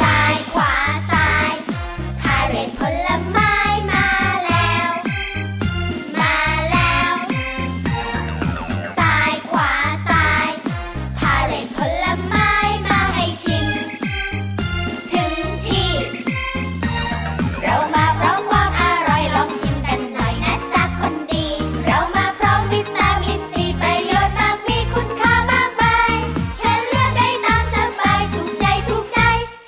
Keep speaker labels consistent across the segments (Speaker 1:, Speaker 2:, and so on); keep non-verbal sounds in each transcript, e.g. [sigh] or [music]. Speaker 1: ซ้ายขวาซ้ายพาเลทผลไม้มาแล้ว มาแล้วซ้ายขวาซ้ายพาเลทผลไม้มาให้ชิม ถึงที่ เรามาพร้อมความอร่อยลองชิมกันหน่อยนะจ๊ะคนดี เรามาพร้อมวิตามินซีประโยชน์มากมีคุณค่ามากมายฉันเลือกได้ตามสบายถูกใจถูกใจ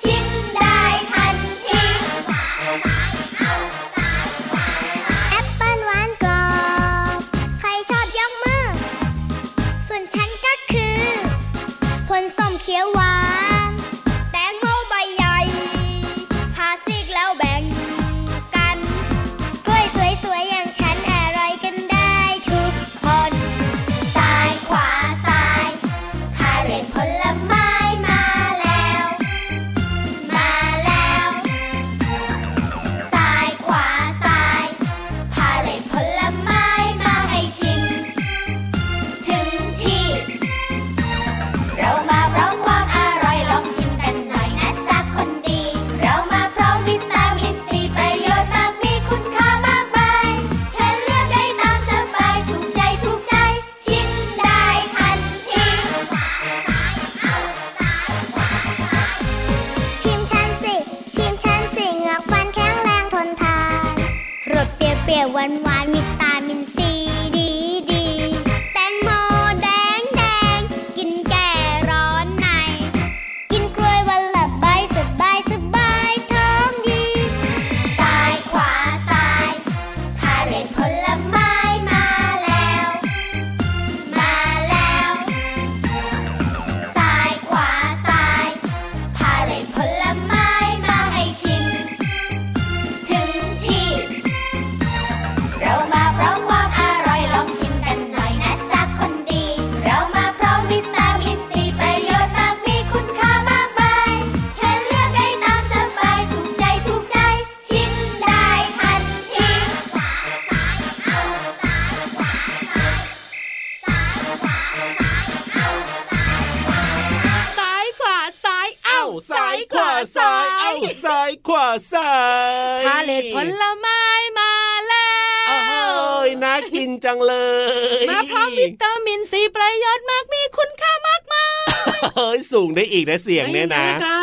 Speaker 1: ชิมได้ทันที
Speaker 2: แอปเปิลหวานกรอบ ใครชอบยกมือ ส่วนฉันก็คือผลส้มเขียวหวาน แตงโมใบใหญ่ พาซิกแล้วแบ่งกัน กล้วยสวยๆ อย่างฉันอร่อยกันได้ทุกคน
Speaker 1: ซ้ายขวาซ้ายพาเลทผลไม้มาแล้ว มาแล้วซ้ายขวาซ้ายพาเลทผลไม้มาให้ชิม ถึงที่ เรามาพร้อมความอร่อยลองชิมกันหน่อยนะจ๊ะคนดี เรามาพร้อมวิตามินซีประโยชน์มากมีคุณค่ามากมายฉันเลือกได้ตามสบายถูกใจถูกใจ ชิมได้ทันที
Speaker 2: ชิมฉันสิ ชิมฉันสิเหงือกฟันแข็งแรงทนทาน รสเปรี้ยวๆหวานหวานๆวิตามินซีดีดีๆแตงโมแดงแดงๆกินแก่ร้อนใน กินกล้วยวันละใบสบายสบายท้องดี
Speaker 1: ซ้ายขวาซ้ายพาเลทผลไม้มาแล้ว มาแล้วซ้ายขวาซ้ายพาเลทผลไม้มาให้ชิม ถึงที่ เรามาพร้อมความอร่อยลองชิมกันหน่อยนะจ๊ะคนดี เรามาพร้อมวิตามินซีประโยชน์มากมีคุณค่ามากมายฉันเลือกได้ตามสบายถูกใจถูกใจ ชิมได้ทันที
Speaker 3: ซ้ายขวาซ้ายเอ้า
Speaker 4: ซ้ายขวาซ้าย เอ้าซ้ายขวาซ้าย
Speaker 3: พาเลทผลไม้มาแล้
Speaker 4: เอ้
Speaker 3: วย
Speaker 4: น่ากินจังเลย
Speaker 3: มาพร้อมวิตามินซีประโยชน์มากมีคุณค่ามากมาย
Speaker 4: เอ้ยสูงได้อีกนะเสียงเนี่ยนะ
Speaker 3: ไม่หดอ่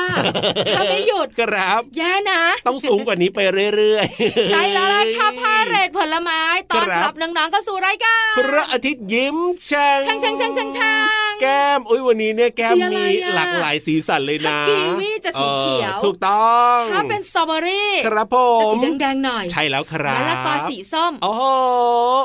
Speaker 3: ถ้าไม่หยุด
Speaker 4: ครับ
Speaker 3: แย่นะ
Speaker 4: ต้องสูงกว่านี้ไปเรื่อยๆ
Speaker 3: ใช่แล้วล่ะค่ะพาเหรดผลไม้ตอน
Speaker 4: ครั
Speaker 3: รับ บน้องๆเข้าสู่รายการ
Speaker 4: พระอาทิตย์ยิ้มช่าง
Speaker 3: ช่างช่างช่างช่างช่าง
Speaker 4: แก้มอุ้ยวันนี้เนี่ยแก้ม
Speaker 3: สีอะไร
Speaker 4: มี
Speaker 3: อะ
Speaker 4: หลากหลายสีสันเลยนะ
Speaker 3: ถ้ากีวีจะสีเขียว
Speaker 4: ออถูกต้อง
Speaker 3: ถ้าเป็นสตรอเบอรี่
Speaker 4: ครับผ
Speaker 3: จะ
Speaker 4: ม
Speaker 3: สีแดงๆหน่อย
Speaker 4: ใช่แล้วครับ
Speaker 3: มะละกอสีส้ม
Speaker 4: โอ้โห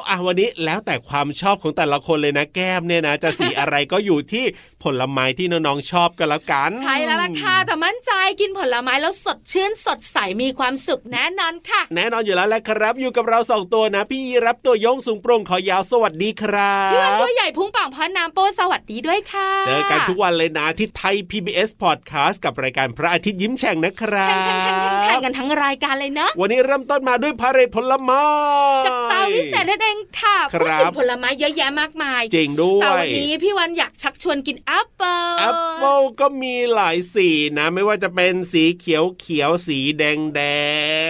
Speaker 4: อ่ะวันนี้แล้วแต่ความชอบของแต่ละคนเลยนะ แก้มเนี่ยนะ จะสี อะไรก็อยู่ที่ผลไม้ที่น้องๆชอบกันแล้วกัน
Speaker 3: ใช่แล้วล่ะค่ะแต่มั่นใจกินผลไม้แล้วสดชื่นสดใสมีความสุขแน่นอนค่ะ
Speaker 4: แน่นอนอยู่แล้วแหละครับ อยู่กับเราสองตัวนะ พี่รับตัวโยงสูงโปร่งขอยาวสวัสดีครั
Speaker 3: พี่วัน
Speaker 4: บ
Speaker 3: ตัวใหญ่พุงป่องพอน้ำโปสวัสดีด้วยค่ะ
Speaker 4: เจอกันทุกวันเลยนะที่ไทย PBS Podcast กับรายการพระอาทิตย์ยิ้มแฉ่งนะครับ
Speaker 3: แช่งแช่งแช่งแช่งแช่งกันทั้งรายการเลยเนอะ
Speaker 4: วันนี้เริ่มต้นมาด้วยพาเหรดผลไม้
Speaker 3: จากเตาวิเศษนั่นเองค่ะ
Speaker 4: ค
Speaker 3: พูด
Speaker 4: รับ
Speaker 3: ถึงผลไม้เยอะแยะมากมาย
Speaker 4: จริงด้วย
Speaker 3: แต่วันนี้พี่วันอยากชักชวนกินแอปเปิล
Speaker 4: แอปเปิลก็มีหลายสีนะ ไม่ว่าจะเป็นสีเขียวเขียวสีแดงแด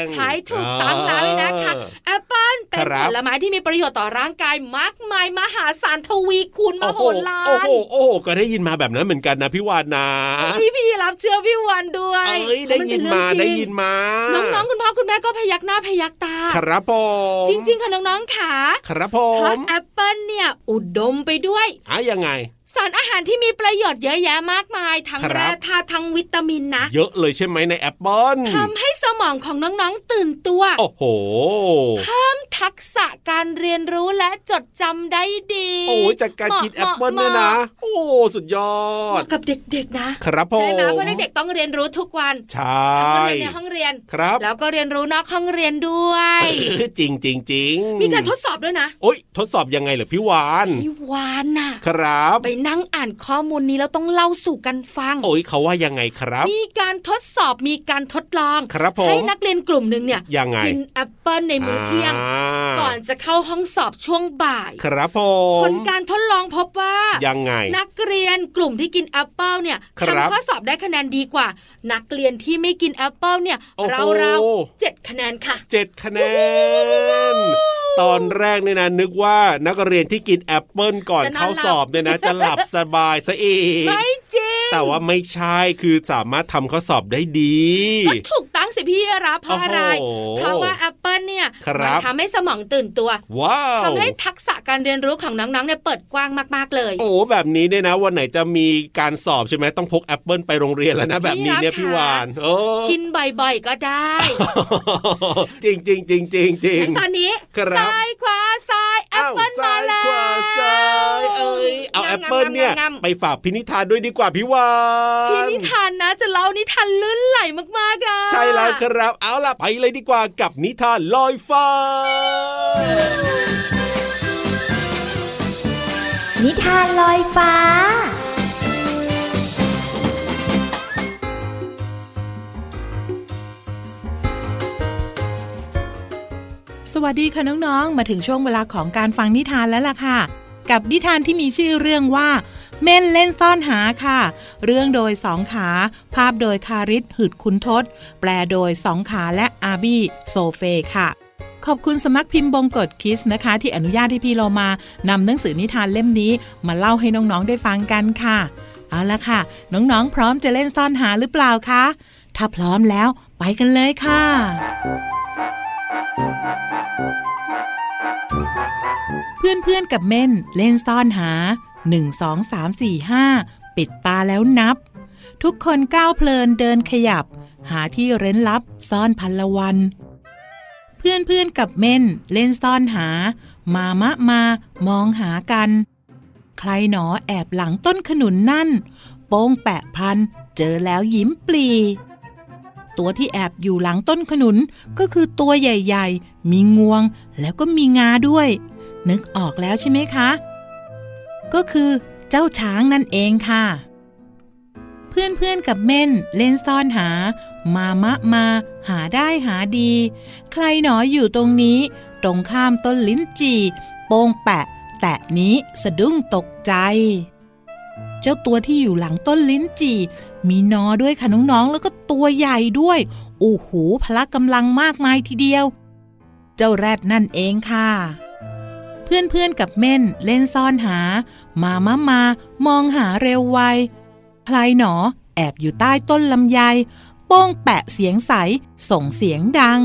Speaker 4: ง
Speaker 3: ใช้ถูกต้องแล้วเลยนะคะ
Speaker 4: เออ
Speaker 3: แอปเปิ้ลเป็น
Speaker 4: ครั
Speaker 3: ผ
Speaker 4: บ
Speaker 3: ลไม้ที่มีประโยชน์ต่อร่างกายมากมายมหาศาลทวีคูณม
Speaker 4: โอ้
Speaker 3: โห
Speaker 4: โห
Speaker 3: ฬา
Speaker 4: โอ้
Speaker 3: ร
Speaker 4: โหโอ้โหก็ได้ยินมาแบบนั้นเหมือนกันนะพี่วานนะ
Speaker 3: พี่พี่รับเชื่อพี่วันด้วย
Speaker 4: เอ้ยได้ยินมา
Speaker 3: เป็
Speaker 4: ได้
Speaker 3: เรื่องจริง
Speaker 4: ยินมา
Speaker 3: น้องๆคุณพ่อคุณแม่ก็พยักหน้าพยักตา
Speaker 4: ครับผม
Speaker 3: จริง ๆ ค่ะน้องๆค่ะ
Speaker 4: ครับผ
Speaker 3: เพราะ
Speaker 4: ม
Speaker 3: แอปเปิ้ลเนี่ยอุดมไปด้วย
Speaker 4: อ่ะยังไง
Speaker 3: สารอาหารที่มีประโยชน์เยอะแยะมากมาย ทั้ง
Speaker 4: ครับ
Speaker 3: แร่ธาตุทั้งวิตามินนะ
Speaker 4: เยอะเลยใช่ไหมในแอปเปิล
Speaker 3: ทำให้สมองของน้องๆตื่นตัว
Speaker 4: โอ้โห
Speaker 3: ทักษะการเรียนรู้และจดจำได้ดี
Speaker 4: โอ้ยจากการ
Speaker 3: หมะ
Speaker 4: กินแอปเปิลเนี่ยนะ โอ้สุดยอ
Speaker 3: เหมาะเหมาะ
Speaker 4: ด
Speaker 3: กับเด็กๆนะครับ
Speaker 4: ผม
Speaker 3: ใช่ไหมเพราะเด็กๆต้องเรียนรู้ทุกวัน
Speaker 4: ใช่
Speaker 3: ทั้งเรียนในห้องเรียน
Speaker 4: ครับ
Speaker 3: แล้วก็เรียนรู้นอกห้องเรียนด้วย
Speaker 4: เออจริงจริงจริง
Speaker 3: มีการทดสอบด้วยนะ
Speaker 4: โอ้ยทดสอบยังไงเหรอพี่วาน
Speaker 3: พี่วานน่ะ
Speaker 4: ครับ
Speaker 3: ไป นั่งอ่านข้อมูลนี้แล้วต้องเล่าสู่กันฟัง
Speaker 4: โอ้ยเขาว่ายังไงครับ
Speaker 3: มีการทดสอบมีการทดลอง
Speaker 4: ครับผม
Speaker 3: ให้นักเรียนกลุ่มหนึ่งเนี่ย
Speaker 4: ยังไง
Speaker 3: กินแอปเปิลในมื้อเที่ยง
Speaker 4: า
Speaker 3: ก่อนจะเข้าห้องสอบช่วงบ่าย
Speaker 4: ครับผ
Speaker 3: ผม ลการทดลองพบว่า
Speaker 4: ยังไง
Speaker 3: นักเรียนกลุ่มที่กินแอปเปิลเนี่ย
Speaker 4: ครับ
Speaker 3: ทำข้อสอบได้คะแนนดีกว่า นักเรียนที่ไม่กินแอปเปิลเนี่ย
Speaker 4: โอ้โห
Speaker 3: เราๆเจ็ดคะแนนค่ะ
Speaker 4: เจ็ดคะแนน ตอนแรกเนี่ยนะนึกว่านักเรียนที่กินแอปเปิลก่อน
Speaker 3: จะนอน
Speaker 4: เข้าสอบเนี่ยนะ
Speaker 3: หลับ
Speaker 4: จะหลับสบายซะเอง
Speaker 3: ไม่จริง
Speaker 4: แต่ว่าไม่ใช่คือสามารถทำข้อสอบได้ดี
Speaker 3: [laughs] ก็ถูกตั้งสิพี่รับเพราะอะไร
Speaker 4: โอ้โห
Speaker 3: เพราะว่าแอปเปิลเนี่ย
Speaker 4: ครั
Speaker 3: มั
Speaker 4: บ
Speaker 3: ทำให้สมองตื่นตัว
Speaker 4: ว้าว
Speaker 3: ทำให้ทักษะการเรียนรู้ของน้องๆเนี่ยเปิดกว้างมากๆเลย
Speaker 4: โอ้แบบนี้เนี่ยนะ วันไหนจะมีการสอบใช่ไหมต้องพกแอปเปิลไปโรงเรียนแล้วนะ แบบนี้เนี่ย
Speaker 3: นี่
Speaker 4: พี่
Speaker 3: นะคะ
Speaker 4: วานโอ้
Speaker 3: กินบ่อยๆก็ได้
Speaker 4: จริงจริงจริงจริง [laughs] จริง
Speaker 3: งั้นตอนนี้
Speaker 4: ครับ
Speaker 3: ซ้ายขวาซ้ายแอปเปิล
Speaker 4: อ้
Speaker 3: มาว
Speaker 4: ซ้ย
Speaker 3: แล้
Speaker 4: ขวาว ซ้ายเอ้ยเอา
Speaker 3: งาม
Speaker 4: แอปเปิลเนี่ย
Speaker 3: งามงามงาม
Speaker 4: ไปฝากพินิธานด้วยดีกว่าพี่วาน
Speaker 3: พี่นิทานนะจะเล่านิทานลื่นไหลมากๆอ่ะ
Speaker 4: ใช่แล้วครับ เอาล่ะ ไปเลยดีกว่ากับนิทานลอยฟ้า
Speaker 5: นิทานลอยฟ้า
Speaker 6: สวัสดีค่ะน้องๆ มาถึงช่วงเวลาของการฟังนิทานแล้วล่ะค่ะ กับนิทานที่มีชื่อเรื่องว่า เม่นเล่นซ่อนหาค่ะ เรื่องโดยสองขา ภาพโดยคาริสหืดคุณทศ แปลโดยสองขาและอาบี้โซเฟค่ะ ขอบคุณสำนักพิมพ์บงกฎคิสนะคะ ที่อนุญาตให้พี่เรามานำหนังสือนิทานเล่มนี้ มาเล่าให้น้องๆได้ฟังกันค่ะ เอาละค่ะ น้องๆ พร้อมจะเล่นซ่อนหาหรือเปล่าคะถ้าพร้อมแล้วไปกันเลยค่ะ เพื่อนๆ กับเม่นเล่นซ่อนหา 1 2 3 4 5 ปิดตาแล้วนับ ทุกคนก้าวเพลินเดินขยับ หาที่เร้นลับซ่อนพันละวัน เพื่อนๆ กับเม่นเล่นซ่อนหา มามะมามองหากัน ใครหนอแอบหลังต้นขนุนนั่น โป้งแปะพัน เจอแล้วยิ้มปลี ตัวที่แอบอยู่หลังต้นขนุนก็คือตัวใหญ่ๆ มีงวงแล้วก็มีงาด้วย นึกออกแล้วใช่ไหมคะ ก็คือเจ้าช้างนั่นเองค่ะ เพื่อนๆกับเม่นเล่นซ่อนหา มามะมา หาได้หาดี ใครหนออยู่ตรงนี้ ตรงข้ามต้นลิ้นจี่โป้งแปะ แตะนี้สะดุ้งตกใจ เจ้าตัวที่อยู่หลังต้นลิ้นจี่ มีนอด้วยค่ะน้องๆ แล้วก็ตัวใหญ่ด้วย โอ้โหพละกำลังมากมายทีเดียว เจ้าแรดนั่นเองค่ะ เพื่อนๆกับเม่นเล่นซ่อนหา มามะมา มองหาเร็วไวพลายหนอแอบอยู่ใต้ต้นลำไย โป้งแปะเสียงใส ส่งเสียงดัง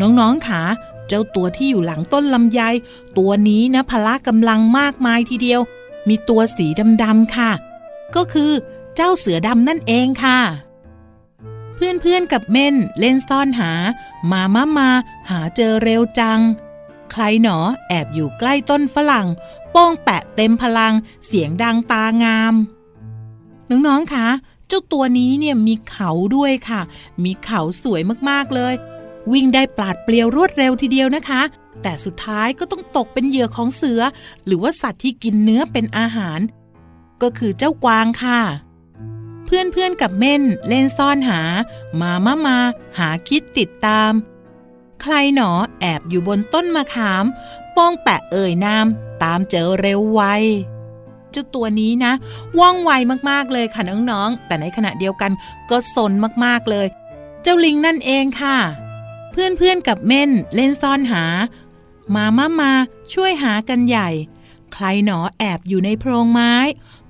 Speaker 6: น้องๆขาเจ้าตัวที่อยู่หลังต้นลำไย ตัวนี้นะพละกำลังมากมายทีเดียว มีตัวสีดำๆค่ะ ก็คือเจ้าเสือดำนั่นเองค่ะ เพื่อนๆกับเม่นเล่นซ่อนหา มามะมาหาเจอเร็วจัง ใครหนอแอบอยู่ใกล้ต้นฝรั่ง โป้งแปะเต็มพลัง เสียงดังตางาม น้องๆคะเจ้าตัวนี้เนี่ยมีเขาด้วยค่ะ มีเขาสวยมากๆเลย วิ่งได้ปลาดเปลียวรวดเร็วทีเดียวนะคะ แต่สุดท้ายก็ต้องตกเป็นเหยื่อของเสือ หรือว่าสัตว์ที่กินเนื้อเป็นอาหาร ก็คือเจ้ากวางค่ะ เพื่อนๆกับเม่นเล่นซ่อนหา มามะมา หาคิดติดตาม ใครหนอแอบอยู่บนต้นมะขาม โป้องแปะเอ่ยนามตามเจอเร็วไวเจ้าตัวนี้นะ ว่องไวมากๆเลยค่ะน้องๆ แต่ในขณะเดียวกันก็สนมากๆเลย เจ้าลิงนั่นเองค่ะ เพื่อนๆกับเม่นเล่นซ่อนหา มามามาช่วยหากันใหญ่ ใครหนอแอบอยู่ในโพรงไม้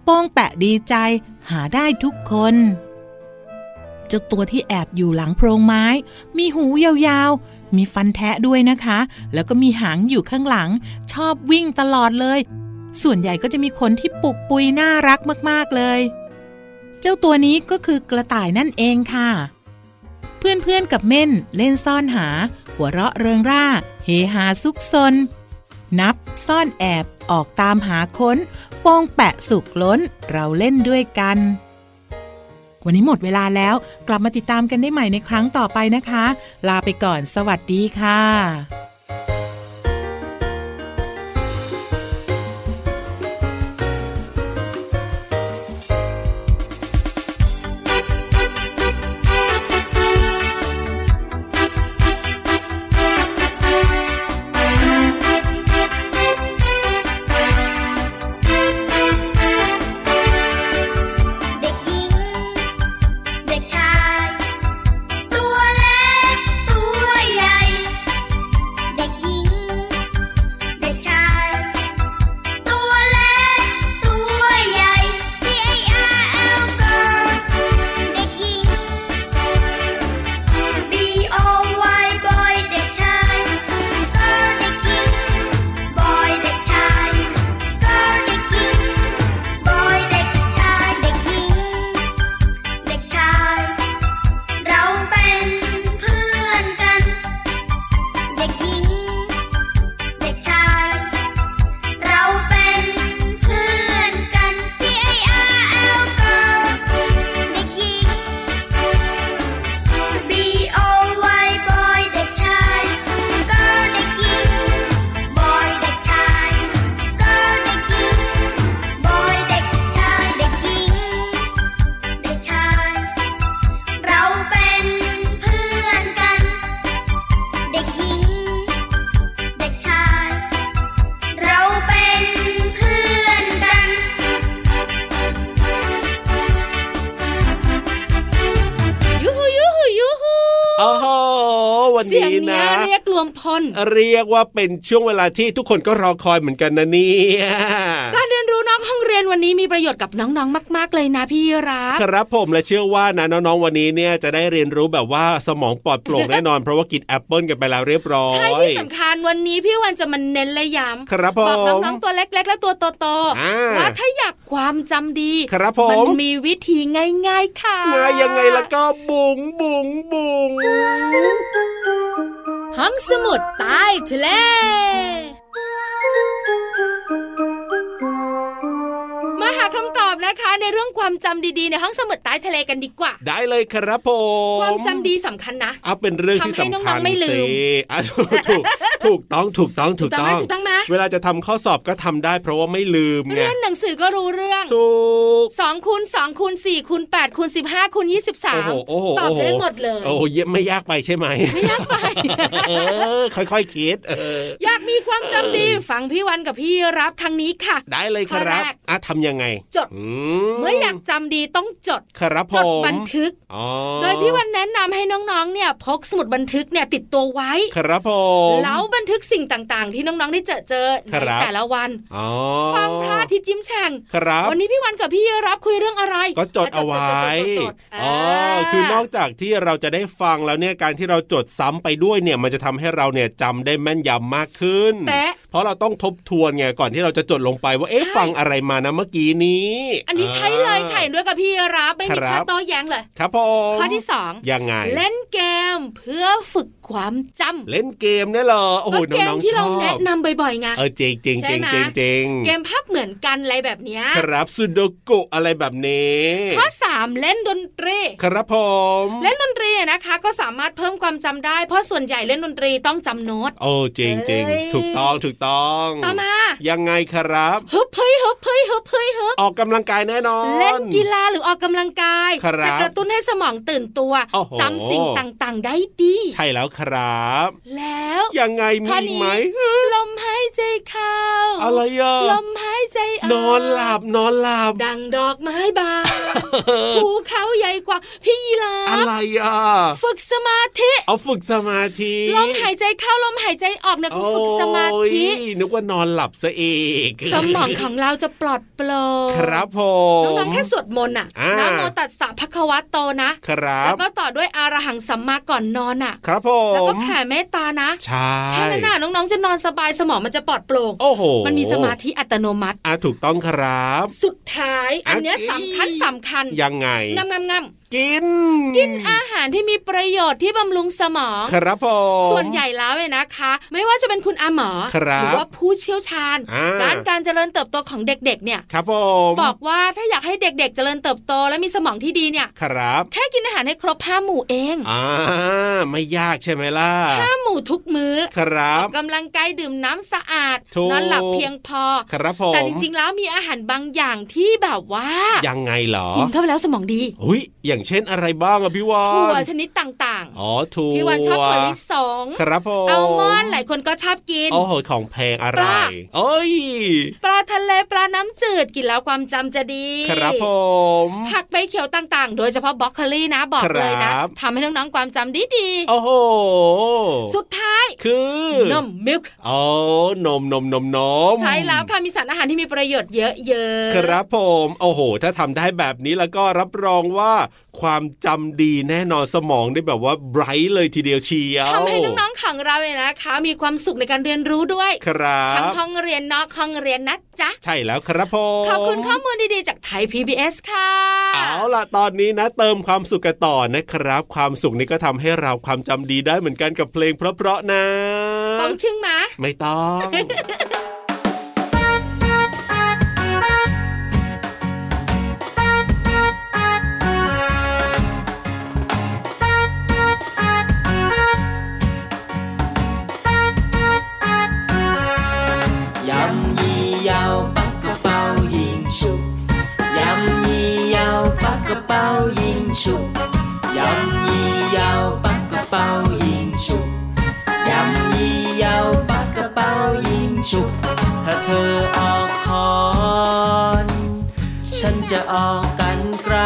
Speaker 6: โป้องแปะดีใจ หาได้ทุกคนเจ้าตัวที่แอบอยู่หลังโพรงไม้ มีหูยาวๆ มีฟันแทะด้วยนะคะ แล้วก็มีหางอยู่ข้างหลัง ชอบวิ่งตลอดเลย ส่วนใหญ่ก็จะมีคนที่ปุกปุยน่ารักมากๆเลย เจ้าตัวนี้ก็คือกระต่ายนั่นเองค่ะ เพื่อนๆกับเม่นเล่นซ่อนหา หัวเราะเริงร่า เฮฮาซุกซน นับซ่อนแอบออกตามหาค้นโป้องแปะสุกล้นเราเล่นด้วยกัน วันนี้หมดเวลาแล้วกลับมาติดตามกันได้ใหม่ในครั้งต่อไปนะคะ ลาไปก่อนสวัสดีค่ะ
Speaker 1: เ
Speaker 3: เสียง
Speaker 4: นี้
Speaker 3: เนี้
Speaker 4: นะ
Speaker 3: ยเรียกรวมพล
Speaker 4: เรียกว่าเป็นช่วงเวลาที่ทุกคนก็รอคอยเหมือนกันนะเนี่ย
Speaker 3: การเรียนรู้นอกห้องเรียนวันนี้มีประโยชน์กับน้องๆ มาก ๆ เลยนะพี่รับ
Speaker 4: ครับผมและเชื่อว่านะน้องๆวันนี้เนี่ยจะได้เรียนรู้แบบว่าสมองปลอดโป
Speaker 3: [laughs]
Speaker 4: ร่งแน่นอน เพราะว่ากินแอปเปิลกันไปแล้วเรียบร้อย
Speaker 3: ใช่ที่สำคัญวันนี้พี่วันจะมาเน้นและย้ำ
Speaker 4: ครับผม
Speaker 3: บอกน้องๆตัวเล็ก ๆ และตัวโต
Speaker 4: อ่า
Speaker 3: ๆว่าถ้าอยากความจำดี
Speaker 4: ครับผ
Speaker 3: มั
Speaker 4: ม
Speaker 3: มีวิธีง่าย ๆ ค่ะ
Speaker 4: ง่ายยังไงแล้วก็บุ๋งบุ๋งบุ๋ง
Speaker 3: ห้องสมุดใต้ทะเล มาหาคำตอบนะคะ ในเรื่องความจำดีๆ ในห้องสมุดใต้ทะเลกันดีกว่า
Speaker 4: ได้เลยครับผม
Speaker 3: ความจำดีสำคัญนะ
Speaker 4: เอาเป็นเรื่องที่
Speaker 3: ทำให้
Speaker 4: สำ
Speaker 3: น้องๆ
Speaker 4: คัญ
Speaker 3: ไม่ลืม
Speaker 4: สิอ่ะถูกถูกถูกต้องถูกต้องถูก
Speaker 3: ไหม
Speaker 4: ต้อง
Speaker 3: ถูกต้องไหม
Speaker 4: เวลาจะทำข้อสอบก็ทำได้ เพราะว่าไม่ลืมไง
Speaker 3: เรียนหนังสือก็รู้เรื่อง
Speaker 4: ถูก
Speaker 3: สองคูณสองคูณสี่คูณแปดคูณสิบห้าคูณยี่สิบสาม
Speaker 4: โอ้โห
Speaker 3: ตอบ
Speaker 4: โโ
Speaker 3: ได้หมดเลย
Speaker 4: โอ้โหเยอะไม่ยากไปใช่ไหม
Speaker 3: ไม่ยากไป
Speaker 4: เออ ค่อยๆคิดเออ
Speaker 3: อยากมีความจำดี ฟังพี่วันกับพี่รับทางนี้ค่ะ
Speaker 4: ได้เลยค
Speaker 3: ข้อ
Speaker 4: รับ
Speaker 3: แรก
Speaker 4: อ่ะทำยังไง
Speaker 3: จด
Speaker 4: อื
Speaker 3: เมื่ออยากจำดีต้องจด
Speaker 4: ครับผ
Speaker 3: จด
Speaker 4: ม
Speaker 3: บันทึก
Speaker 4: อ๋อ
Speaker 3: โดยพี่วันแนะนำให้น้องๆ เนี่ยพกสมุดบันทึกเนี่ยติดตัวไว้
Speaker 4: ครับผม
Speaker 3: แล้วบันทึกสิ่งต่างๆ ที่น้องๆ ได้เจอเจอ
Speaker 4: ค
Speaker 3: ใน
Speaker 4: รับ
Speaker 3: แต่ละวัน
Speaker 4: อ๋อ
Speaker 3: ฟังพระอาทิตย์ยิ้มแฉ่ง
Speaker 4: ครับ
Speaker 3: วันนี้พี่วันกับพี่รับคุยเรื่องอะไร
Speaker 4: ก็จดเอาไว้
Speaker 3: จดๆๆๆๆจดๆ
Speaker 4: อ๋ออา คือนอกจากที่เราจะได้ฟังแล้วเนี่ยการที่เราจดซ้ำไปด้วยเนี่ย มันจะทำให้เราเนี่ยจำได้แม่นยำมากขึ้น
Speaker 3: แต่
Speaker 4: เพราะเราต้องทบทวนไงก่อนที่เราจะจดลงไปว่าเอ๊ะ
Speaker 3: ใช่
Speaker 4: ฟังอะไรมานะเมื่อกี้นี้
Speaker 3: อันนี้ใช้เลยค่ะเห็น
Speaker 4: อ่า
Speaker 3: ด้วยกับพี่รับไม่มี
Speaker 4: ครั
Speaker 3: ข้อบ โต้แย้งเลย
Speaker 4: ครับผม
Speaker 3: ข้อที่สอง
Speaker 4: ยังไง
Speaker 3: เล่นเกมเพื่อฝึกความจำ
Speaker 4: เล่นเกมเนี่ยเหรอโอ้โห
Speaker 3: ก็เกม
Speaker 4: น้องๆ
Speaker 3: ที่
Speaker 4: ช
Speaker 3: เรา
Speaker 4: อบ
Speaker 3: แนะนำบ่อยๆไง
Speaker 4: เออจริงจริง
Speaker 3: ใช่
Speaker 4: จริง
Speaker 3: ไหม
Speaker 4: จริงจริง
Speaker 3: เกมภาพเหมือนกันอะไรแบบเนี้ย
Speaker 4: ครับซูโดกุอะไรแบบนี้
Speaker 3: ข้อสามเล่นดนตรี
Speaker 4: ครับผม
Speaker 3: เล่นดนตรีนะคะ ก็สามารถเพิ่มความจำได้ เพราะส่วนใหญ่เล่นดนตรีต้องจำโน้ต
Speaker 4: โอ้จริงจริง
Speaker 3: เอ้ย
Speaker 4: ถูกต้องถูกต้อง
Speaker 3: ต่อมา
Speaker 4: ยังไงครับ
Speaker 3: ฮึบเฮ้ยฮึบเฮ้ยฮึบเฮ้ยฮึบ
Speaker 4: ออกกำลังกายแน่นอน
Speaker 3: เล่นกีฬาหรือออกกำลังกาย
Speaker 4: ครับ
Speaker 3: จะกระตุ้นให้สมองตื่นตัว
Speaker 4: โอ้โห
Speaker 3: จำสิ่งต่างๆได้ดี
Speaker 4: ใช่แล้วครับ
Speaker 3: แล้ว
Speaker 4: ยังไงมี
Speaker 3: ข้อ
Speaker 4: อีก
Speaker 3: นี้
Speaker 4: ไหม
Speaker 3: ลมหายใจเข้า
Speaker 4: อะไรอ่ะ
Speaker 3: ลมหายใจออก
Speaker 4: นอนหลับนอนหลับ
Speaker 3: ดังดอกไม้บานภูเขาใหญ่กว่า พี่ยีราฟ
Speaker 4: อะไรอ่ะ
Speaker 3: ฝึกสมาธิ
Speaker 4: เอาฝึกสมาธิ
Speaker 3: ลมหายใจเข้าลมหายใจออกเนี่ยคือฝึกสมา
Speaker 4: โอ้ย
Speaker 3: ธิ
Speaker 4: นึกว่านอนหลับซะอีก
Speaker 3: สมองของเราจะปลอดโปร่ง
Speaker 4: ครับผม
Speaker 3: น้องๆแค่สวดมนต์น่ะ
Speaker 4: อ่า
Speaker 3: นะโมตัสสะภะคะวะโตนะ
Speaker 4: ครั
Speaker 3: แล้ว
Speaker 4: บ
Speaker 3: ก็ต่อด้วยอาระหังสัมมาก่อนนอนอ่ะ
Speaker 4: ครับผ
Speaker 3: แล้วก็
Speaker 4: ม
Speaker 3: แผ่เมตตานะ
Speaker 4: ใช่
Speaker 3: แค่นั้นน่ะน้องๆจะนอนสบายสมองมันจะปลอดโปร่ง
Speaker 4: โอ้โห
Speaker 3: มันมีสมาธิอัตโนมัติ
Speaker 4: อ่ะถูกต้องครับ
Speaker 3: สุดท้าย อันเนี้ย
Speaker 4: อันนี้
Speaker 3: สำคัญสำคัญ
Speaker 4: ยังไง
Speaker 3: งำงำงำ
Speaker 4: กิน กิน
Speaker 3: อาหารที่มีประโยชน์ที่บำรุงสมอง
Speaker 4: ครับผม
Speaker 3: ส่วนใหญ่แล้วเนี่ยนะคะ ไม่ว่าจะเป็นคุณอาหมอ
Speaker 4: ครับ
Speaker 3: หรือว่าผู้เชี่ยวชาญ
Speaker 4: อ่า
Speaker 3: ด้านการเจริญเติบโตของเด็กๆ เนี่ย
Speaker 4: ครับผม
Speaker 3: บอกว่าถ้าอยากให้เด็กๆ เจริญเติบโตและมีสมองที่ดีเนี่ย
Speaker 4: ครับ
Speaker 3: แค่กินอาหารให้ครบห้าหมู่เอง
Speaker 4: อ่าไม่ยากใช่ไหมล่ะ
Speaker 3: ห้าหมู่ทุกมื้อ
Speaker 4: ครับ
Speaker 3: ออกกำลังกายดื่มน้ำสะอาด
Speaker 4: ถูก
Speaker 3: นอนหลับเพียงพอ
Speaker 4: ครับผม
Speaker 3: แต่จริงๆ แล้วมีอาหารบางอย่างที่แบบว่า
Speaker 4: ยังไงเหรอ
Speaker 3: กินเข้าไปแล้วสมองดี
Speaker 4: อุ้ยอย่างเช่นอะไรบ้างอะพี่วาน
Speaker 3: ถั่วชนิดต่าง
Speaker 4: อ๋อถั่ว
Speaker 3: ๆ พี่วันชอบถั่วลิสง
Speaker 4: ครับผม
Speaker 3: อัลมอนด์หลายคนก็ชอบกิน
Speaker 4: โอ้โหของแพงอะไร
Speaker 3: ปลา
Speaker 4: เอ้ย
Speaker 3: ปลาทะเลปลาน้ำจืดกินแล้วความจำจะดี
Speaker 4: ครับผม
Speaker 3: ผักใบเขียวต่างๆ โดยเฉพาะบล็อกโคลีนะบอก
Speaker 4: ครับ
Speaker 3: เลยนะทำให้น้องๆความจำดีดีๆ
Speaker 4: โอ้โห
Speaker 3: สุดท้าย
Speaker 4: คือน
Speaker 3: มมิลค์
Speaker 4: โอ้นมนมนมนม
Speaker 3: ใช้แล้วค่ะมีสารอาหารที่มีประโยชน์เยอะๆ
Speaker 4: ครับผม โอ้โห ถ้าทำได้แบบนี้แล้วก็รับรองว่า ความจำดีแน่นอนสมองได้แบบว่าไบรท์เลยทีเดียวเชียว
Speaker 3: ทำให้น้องๆของเราเนี่ยนะคะ มีความสุขในการเรียนรู้ด้วย
Speaker 4: ๆครับ
Speaker 3: ทั้งห้องเรียนนอกห้องเรียนนะจ๊ะ
Speaker 4: ใช่แล้วครับผม
Speaker 3: ขอบคุณข้อมูลดีๆจากไทย PBS ค่ะ
Speaker 4: เอาล่ะตอนนี้นะ เติมความสุขกันต่อนะครับ ความสุขนี่ก็ทำให้เราความจำดีได้เหมือนกันกับเพลงเพราะๆนะ
Speaker 3: ต้องชึ่งมา
Speaker 4: ไม่ต้อง
Speaker 7: ยำยี่ยาวปักกระเป๋ายิงฉุบยำยี่ยาวปักกระเป๋ายิงฉุบยำยี่ยาวปักกระเป๋ายิงฉุบยำยี่ยาวปักกระเป๋ายิงฉุบถ้าเธอออกคอนฉันจะออกกันไกล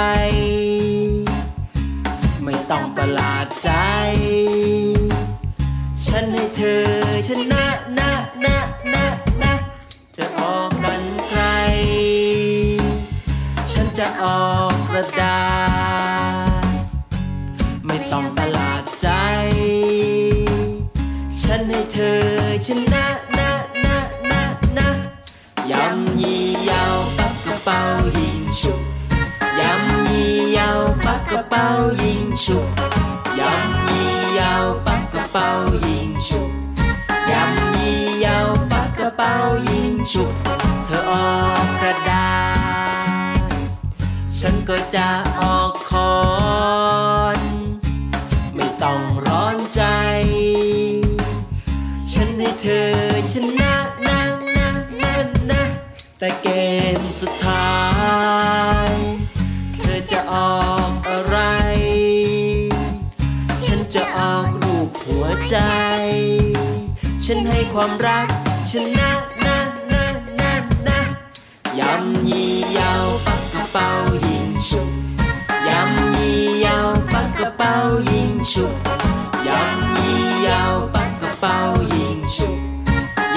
Speaker 7: ไม่ต้องประหลาดใจ ฉันให้เธอชนะนะนะนะนะจะออกบันไกล ฉันจะออกกระดาษ ไม่ต้องประหลาดใจ ฉันให้เธอชนะนะนะนะนะยำยี่ยาวปักกระเป๋ายิงฉุบยำยี่ยาวปักกระเป๋ายิงฉุบยำยี่ยาวปักกระเป๋ายิงฉุบยำยี่ยาวปักกระเป๋ายิงฉุบเธอออกกระดาษ ฉันก็จะออกคอน ไม่ต้องร้อนใจ ฉันให้เธอชนะนะนะนะนะแต่เกมสุดท้าย เธอจะออกอะไร ฉันจะออกรูปหัวใจ ฉันให้ความรักชนะนะนะนะนะ ยำยี่ยาวปักกระเป๋ายิงฉุบยำยี่ยาวปักกระเป๋ายิงฉุบยำยี่ยาวปักกระเป๋ายิงฉุบ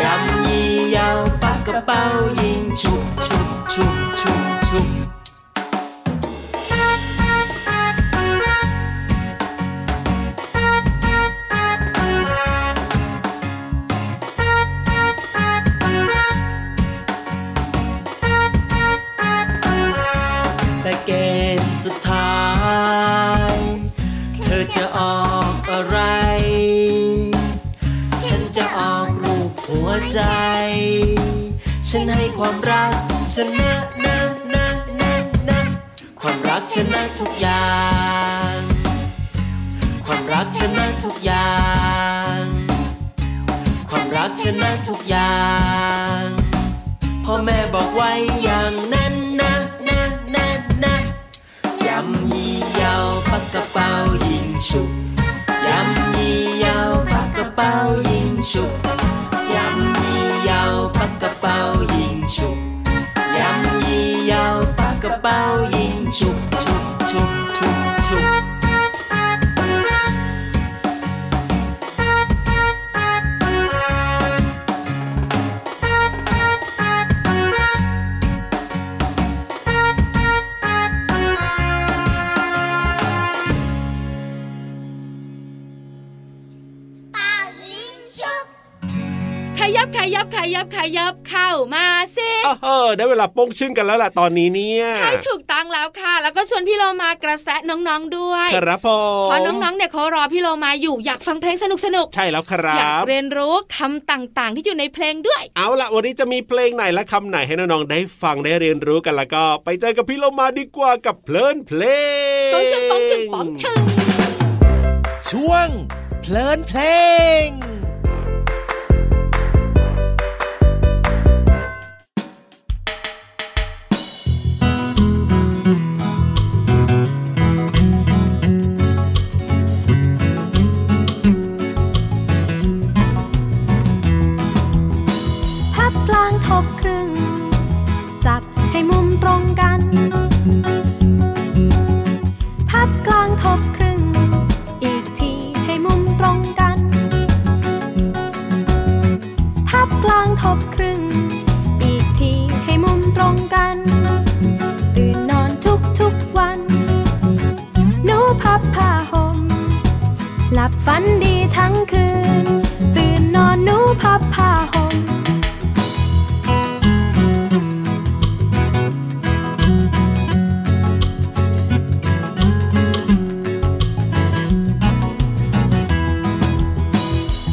Speaker 7: ยำยี่ยาวปักกระเป๋ายิงฉุบฉุบฉุบฉุบฉุบ แต่เกมสุดท้าย เธอจะออกอะไร ฉันจะออกรูปหัวใจ ฉันให้ความรักชนะนะนะนะนะความรักชนะทุกอย่าง ความรักชนะทุกอย่าง ความรักชนะทุกอย่าง พ่อแม่บอกไว้อย่างนั้นนะนะนะนะยำยี่ยาวปักกระเป๋ายิงฉุบยำยี่ยาวปักกระเป๋ายิงฉุบยำยี่ยาวปักกระเป๋ายิงฉุบยำยี่ยาวปักกระเป๋ายิงฉุบฉุบฉุบฉุบฉุบ
Speaker 1: เป่ายิงชุบ
Speaker 3: ขยับขยับขยับขยับเข้ามาสิ
Speaker 4: เออเออได้เวลาโป้งชื่นกันแล้วล่ะตอนนี้เนี่ย
Speaker 3: ใช่ถูกต้องแล้วค่ะ แล้วก็ชวนพี่เรามากระแสะน้องๆด้วย
Speaker 4: ครับผ
Speaker 3: เพ
Speaker 4: ม
Speaker 3: ราะน้องๆเนี่ยเขารอพี่เรามาอยู่อยากฟังเพลงสนุกสนุกๆ
Speaker 4: ใช่แล้วค
Speaker 3: อยา
Speaker 4: รั
Speaker 3: ก
Speaker 4: บ
Speaker 3: เรียนรู้คำต่างๆ ที่อยู่ในเพลงด้วย
Speaker 4: เอาล่ะวันนี้จะมีเพลงไหนและคำไหนให้น้องๆได้ฟังได้เรียนรู้กันแล้วก็ ไปเจอกับพี่โลมาดีกว่ากับเพลินเพลง
Speaker 3: ป๋องชึงป๋องชึงป๋องชึง
Speaker 8: ช่วงเพลินเพลง
Speaker 5: พับกลางทบครึ่ง จับให้มุมตรงกัน พับกลางทบครึ่ง อีกทีให้มุมตรงกัน พับกลางทบครึ่ง อีกทีให้มุมตรงกัน ตื่นนอนทุกทุกๆวัน หนูพับผ้าห่ม หลับฝันดีทั้งคืน ตื่นนอนหนูพับผ้าห่ม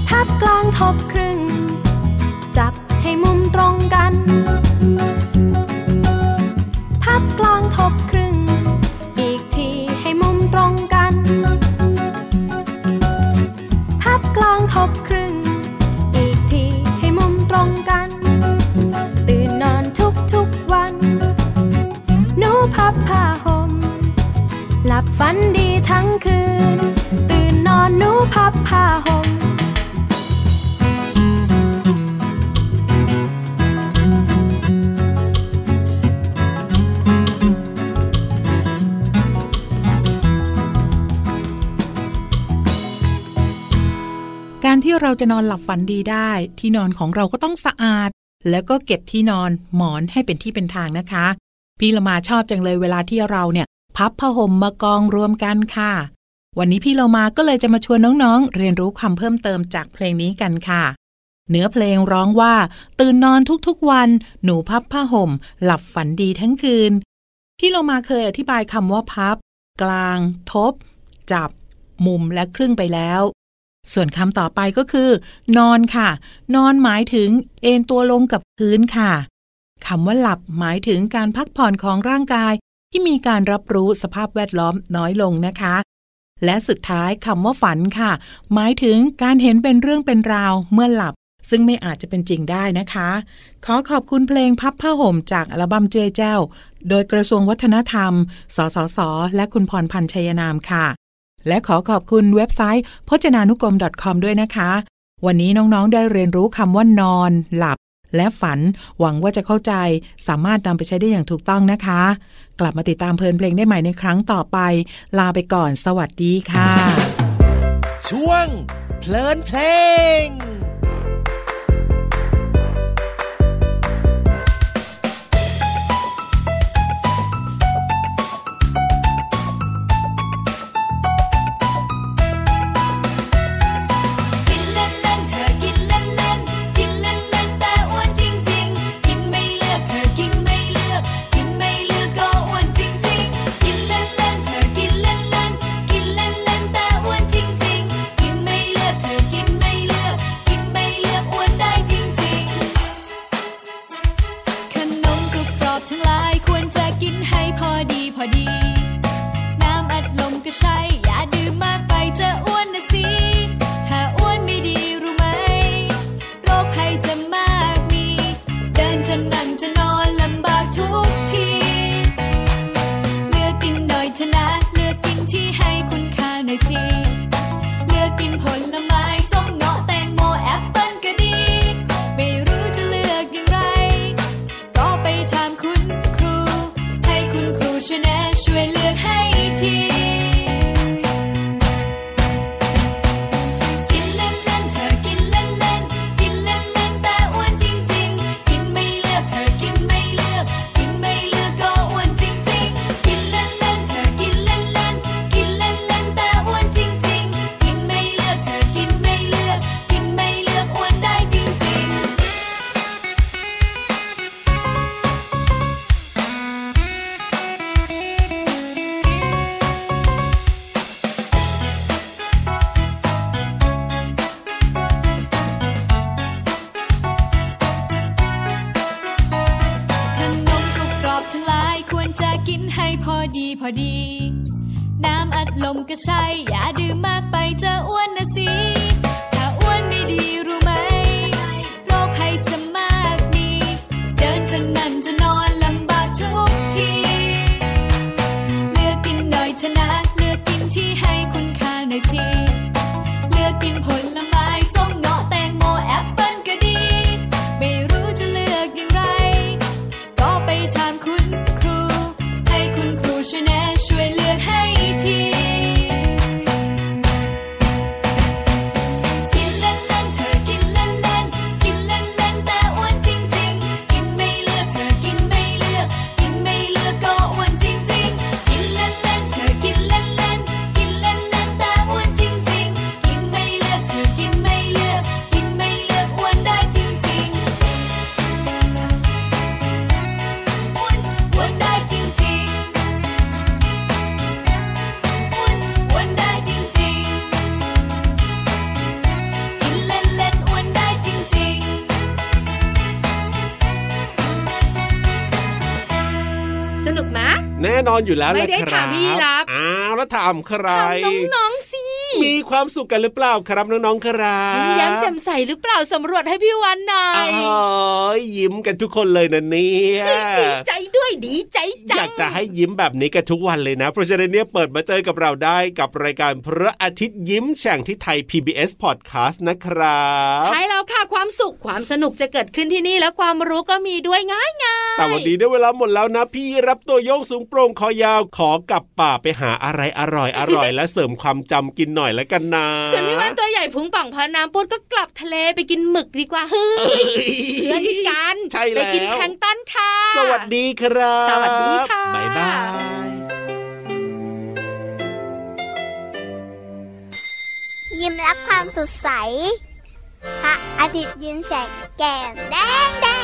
Speaker 5: พับกลางทบครึ่ง จับให้มุมตรงกัน พับกลางทบครึ่ง อีกทีให้มุมตรงกัน พับกลางทบครึ่ง อีกทีให้มุมตรงกัน ตื่นนอนทุกทุกๆวัน หนูพับผ้าห่ม หลับฝันดีทั้งคืน ตื่นนอนหนูพับผ้าห่ม
Speaker 6: การที่ เราจะนอนหลับฝันดีได้ ที่นอนของเราก็ต้องสะอาด แล้วก็เก็บที่นอนหมอนให้เป็นที่เป็นทางนะคะ พี่เรามาชอบจังเลยเวลาที่เราเนี่ย พับผ้าห่มมากองรวมกันค่ะ วันนี้พี่เรามาก็เลยจะมาชวนน้องๆ เรียนรู้คำเพิ่มเติมจากเพลงนี้กันค่ะ เนื้อเพลงร้องว่า ตื่นนอนทุกๆวัน หนูพับผ้าห่ม หลับฝันดีทั้งคืน พี่เรามาเคยอธิบายคำว่าพับ กลาง ทบ จับ มุมและครึ่งไปแล้ว ส่วนคำต่อไปก็คือ นอนค่ะ นอนหมายถึง เอนตัวลงกับพื้นค่ะคำว่าหลับหมายถึงการพักผ่อนของร่างกาย ที่มีการรับรู้สภาพแวดล้อมน้อยลงนะคะ และสุดท้ายคำว่าฝันค่ะ หมายถึงการเห็นเป็นเรื่องเป็นราวเมื่อหลับ ซึ่งไม่อาจจะเป็นจริงได้นะคะ ขอขอบคุณเพลงพับผ้าห่มจากอัลบั้มเจ้ยแจ้ว โดยกระทรวงวัฒนธรรม สสส และคุณพรพันธ์ชัยนามค่ะ และขอขอบคุณเว็บไซต์พจนานุกรม .com ด้วยนะคะ วันนี้น้องๆ ได้เรียนรู้คำว่านอน หลับ และฝัน หวังว่าจะเข้าใจ สามารถนำไปใช้ได้อย่างถูกต้องนะคะ กลับมาติดตามเพลินเพลงได้ใหม่ในครั้งต่อไป ลาไปก่อน สวัสดีค่ะ
Speaker 8: ช่วง เพลินเพลง
Speaker 9: กินเล่นเล่นเธอกินเล่นเล่นกินเล่นเล่นแต่อ้วนจริงจริงกินไม่เลือกเธอกินไม่เลือก กินไม่เลือกก็อ้วนจริงจริงกินเล่นเล่นเธอกินเล่นเล่นกินเล่นเล่นแต่อ้วนจริงจริงกินไม่เลือกเธอกินไม่เลือก กินไม่เลือกอ้วนได้จริงจริง ขนมกรุบกรอบทั้งหลายควรจะกินให้พอดีพอดี น้ำอัดลมก็ใช่ อย่าดื่มมากไปจะอ้วนนะสิ ถ้าอ้วนไม่ดีรู้ไหม โรคภัยจะมากมี เดินจะนั่งจะนอนลำบากทุกที เลือกกินหน่อยชนะ เลือกกินที่ให้คุณค่าหน่อยสิ เลือกกินผลไม้ส้มเงาะแตงโมแอปเปิ้ลก็ดี ไม่รู้จะเลือกอย่างไร ก็ไปถามคุณครู ให้คุณครูช่วยแนะช่วยเลือกให้ที กินเล่นเล่นเธอกินเล่นเล่นกินเล่นเล่นแต่อ้วนจริงจริงกินไม่เลือกเธอกินไม่เลือก กินไม่เลือกก็อ้วนจริงจริงกินเล่นเล่นเธอกินเล่นเล่นกินเล่นเล่นแต่อ้วนจริงจริงกินไม่เลือกเธอกินไม่เลือก กินไม่เลือกอ้วนได้จริงจริง ขนมกรุบกรอบทั้งหลายควรจะกินให้พอดีพอดี น้ำอัดลมก็ใช่ อย่าดื่มมากไปจะอ้วนนะสิ ถ้าอ้วนไม่ดีรู้ไหม โรคภัยจะมากมี เดินจะนั่งจะนอนลำบากทุกที เลือกกินหน่อยชนะ เลือกกินที่ให้คุณค่าหน่อยสิ เลือกกินผลไม้ส้มเงาะแตงโมแอปเปิ้ลก็ดี ไม่รู้จะเลือกอย่างไร ก็ไปถามคุณครู ให้คุณครูช่วยแนะช่วยเลือกให้ที กินเล่นเล่นเธอกินเล่นเล่นกินเล่นเล่นแต่อ้วนจริงจริงกินไม่เลือกเธอกินไม่เลือก กินไม่เลือกก็อ้วนจริงจริงกินเล่นเล่นเธอกินเล่นเล่นกินเล่นเล่นแต่อ้วนจริงจริงกินไม่เลือกเธอกินไม่เลือก กินไม่เลือกอ้วนได้จริงจริง อ้วนอ้วนได้จริงๆอ้วนอ้วนได้จริงๆ กินเล่นเล่นอ้วนได้จริงๆ
Speaker 3: สนุกไหม
Speaker 4: แน่นอนอยู่แล้ว
Speaker 3: ไม่
Speaker 4: แหละ
Speaker 3: ได้
Speaker 4: ครับ
Speaker 3: ถามพี่รับ
Speaker 4: อ้าวแล้วถามใคร
Speaker 3: ถามน้องๆสิ
Speaker 4: มีความสุขกันหรือเปล่าครับน้องๆครับ
Speaker 3: ยิ้มแย้มแจ่มใสหรือเปล่าสำรวจให้พี่วันหน่อ
Speaker 4: อ๋
Speaker 3: ย
Speaker 4: อยิ้มกันทุกคนเลยนะเนี่ย
Speaker 3: ดีใจด้วยดีใจจั
Speaker 4: องยากจะให้ยิ้มแบบนี้กันทุกวันเลยนะ เพราะฉะนั้นเนี่ยเปิดมาเจอกับเราได้กับรายการพระอาทิตย์ยิ้มแฉ่งที่ไทย PBS Podcast นะครับ
Speaker 3: ใช่แล้วค่ะความสุขความสนุกจะเกิดขึ้นที่นี่และความรู้ก็มีด้วยง่ายง่ายๆ
Speaker 4: แต่วันนี้ได้เวลาหมดแล้วนะ พี่รับตัวโยงสูงโปร่งคอยาวขอกลับป่าไปหาอะไรอร่อยอร่อย และเสริมความจำกินหน่อย น่อยแล้วกันนะ
Speaker 3: ส่วนพี่วันตัวใหญ่พุงป่องพอน้ำปูดก็กลับทะเลไปกินหมึกดีกว่าเฮ้ย
Speaker 4: เอ้ย
Speaker 3: เพื่อนกัน
Speaker 4: ใช่
Speaker 3: ไปกิน
Speaker 4: แล้ว
Speaker 3: แพลงก์ต้นค่ะ
Speaker 4: สวัสดีครับ
Speaker 3: สวัสดีค่ะ
Speaker 4: บ๊ายบาย
Speaker 2: ยิ้มรับความสดใส พระอาทิตย์ยิ้มแฉกแก้มแดงแดง